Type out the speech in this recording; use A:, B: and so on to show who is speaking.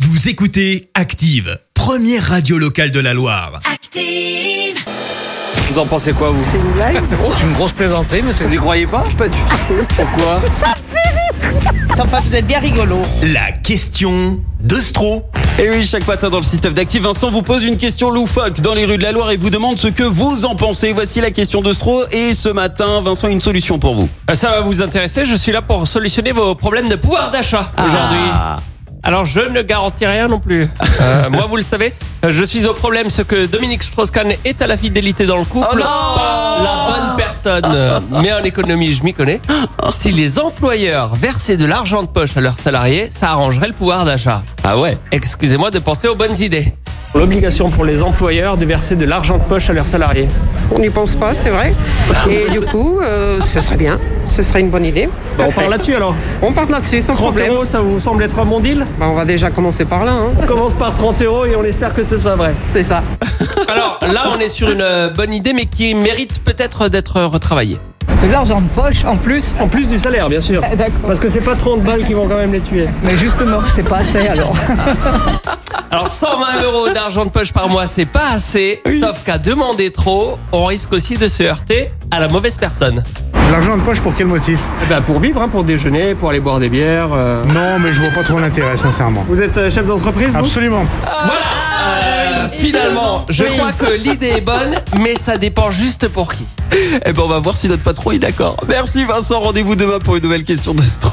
A: Vous écoutez Active, première radio locale de la Loire.
B: Active!
C: Vous en pensez quoi, vous
D: C'est une blague
E: C'est une grosse plaisanterie, monsieur.
C: Vous y croyez pas
D: Pas du tout.
C: Pourquoi
D: Enfin, vous êtes bien rigolo.
A: La question de Stro.
F: Et oui, chaque matin dans le système d'Active, Vincent vous pose une question loufoque dans les rues de la Loire et vous demande ce que vous en pensez. Voici la question de Stro. Et ce matin, Vincent a une solution pour vous.
C: Euh, Ça va vous intéresser, je suis là pour solutionner vos problèmes de pouvoir d'achat aujourd'hui.
F: Ah.
C: Alors je ne garantis rien non plus. Euh, moi, vous le savez, je suis au problème ce que Dominique Strauss-Kahn est à la fidélité dans le couple.
F: Oh non
C: pas la bonne personne. Mais en économie, je m'y connais. Si les employeurs versaient de l'argent de poche à leurs salariés, ça arrangerait le pouvoir d'achat.
F: Ah ouais
C: Excusez-moi de penser aux bonnes idées. L'obligation pour les employeurs de verser de l'argent de poche à leurs salariés.
D: On n'y pense pas, c'est vrai. Et du coup, euh, ce serait bien. Ce serait une bonne idée.
C: Bah, on parle là-dessus alors
D: On part là-dessus, sans
C: 30
D: problème.
C: euros, ça vous semble être un bon deal
D: Bah, on va déjà commencer par là. hein.
C: On commence par 30 euros et on espère que ce soit vrai.
D: C'est ça.
C: Alors là, on est sur une euh, bonne idée, mais qui mérite peut-être d'être euh, retravaillée.
G: De l'argent de poche en plus. Eh,
H: En plus du salaire, bien sûr.
G: D'accord.
H: Parce que c'est pas 30 balles qui vont quand même les tuer.
G: Mais justement, c'est pas assez alors.
C: Alors 120 euros d'argent de poche par mois, c'est pas assez. Sauf qu'à demander trop, on risque aussi de se heurter à la mauvaise personne.
I: L'argent de poche pour quel motif
H: Bah pour vivre, hein, pour déjeuner, pour aller boire des bières. euh.
I: Non, mais je vois pas trop l'intérêt, sincèrement.
H: Vous êtes euh, chef d'entreprise, vous
I: Absolument.
C: Voilà. Euh, finalement, je crois que l'idée est bonne, mais ça dépend juste pour qui.
F: Eh ben on va voir si notre patron est d'accord. Merci Vincent, rendez-vous demain pour une nouvelle question de Stro.